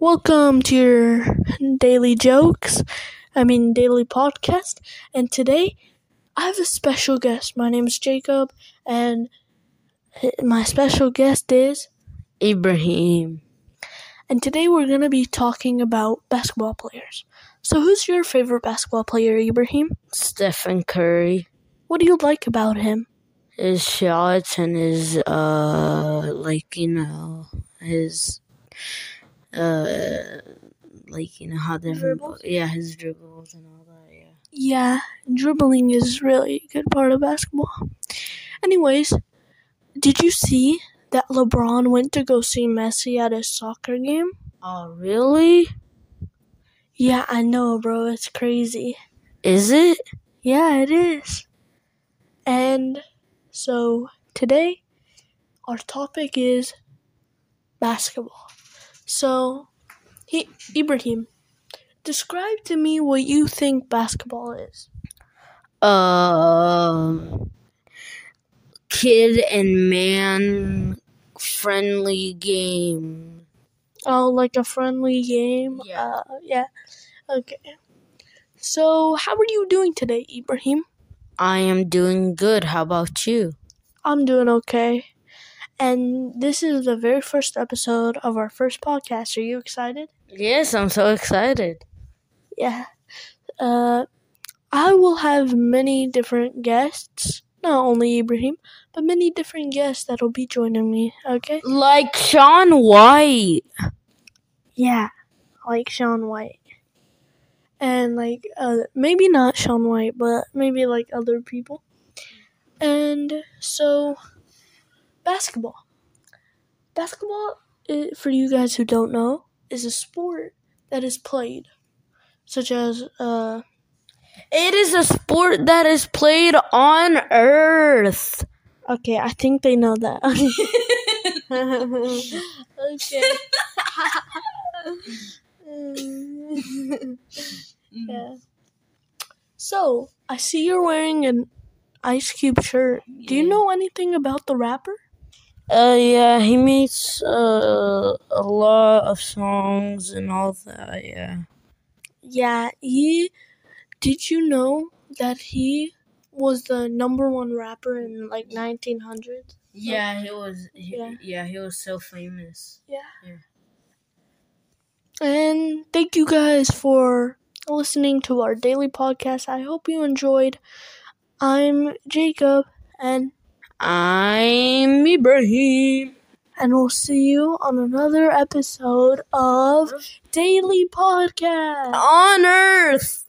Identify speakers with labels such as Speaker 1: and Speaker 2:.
Speaker 1: Welcome to your daily jokes, I mean, daily podcast. And today I have a special guest. My name is Jacob, and my special guest is.
Speaker 2: Ibrahim.
Speaker 1: And today we're going to be talking about basketball players. So, who's your favorite basketball player, Ibrahim?
Speaker 2: Stephen Curry.
Speaker 1: What do you like about him?
Speaker 2: His shots and his uh like you know his uh like you know how they
Speaker 1: Dribbles?
Speaker 2: yeah his dribbles and all that yeah.
Speaker 1: Yeah, dribbling is really a good part of basketball. Anyways, did you see that LeBron went to go see Messi at a soccer game?
Speaker 2: Oh really?
Speaker 1: Yeah, I know, bro. It's crazy.
Speaker 2: Is it?
Speaker 1: Yeah, it is. And so today, our topic is basketball. So, he, Ibrahim, describe to me what you think basketball is.
Speaker 2: Um, kid and man friendly game.
Speaker 1: Oh, like a friendly game?
Speaker 2: Yeah.
Speaker 1: Uh, yeah. Okay. So, how are you doing today, Ibrahim?
Speaker 2: I am doing good. How about you?
Speaker 1: I'm doing okay. And this is the very first episode of our first podcast. Are you excited?
Speaker 2: Yes, I'm so excited.
Speaker 1: Yeah. Uh, I will have many different guests, not only Ibrahim, but many different guests that'll be joining me, okay?
Speaker 2: Like Sean White.
Speaker 1: Yeah, like Sean White. And like, uh, maybe not Sean White, but maybe like other people. And so, basketball. Basketball, i for you guys who don't know, is a sport that is played, such as, uh,
Speaker 2: It is a sport that is played on Earth.
Speaker 1: Okay, I think they know that. okay. Mm. yeah. Mm-hmm. So, I see you're wearing an Ice Cube shirt. Do you know anything about the rapper?
Speaker 2: Uh, yeah, he makes uh, a lot of songs and all that. Yeah.
Speaker 1: Yeah, he. Did you know that he was the number one rapper in like 1900s?
Speaker 2: Yeah, he was. He,
Speaker 1: Yeah.
Speaker 2: he was so famous.
Speaker 1: And thank you guys for listening to our daily podcast. I hope you enjoyed. I'm Jacob and
Speaker 2: I'm Ibrahim.
Speaker 1: and we'll see you on another episode of Daily Podcast.
Speaker 2: On Earth.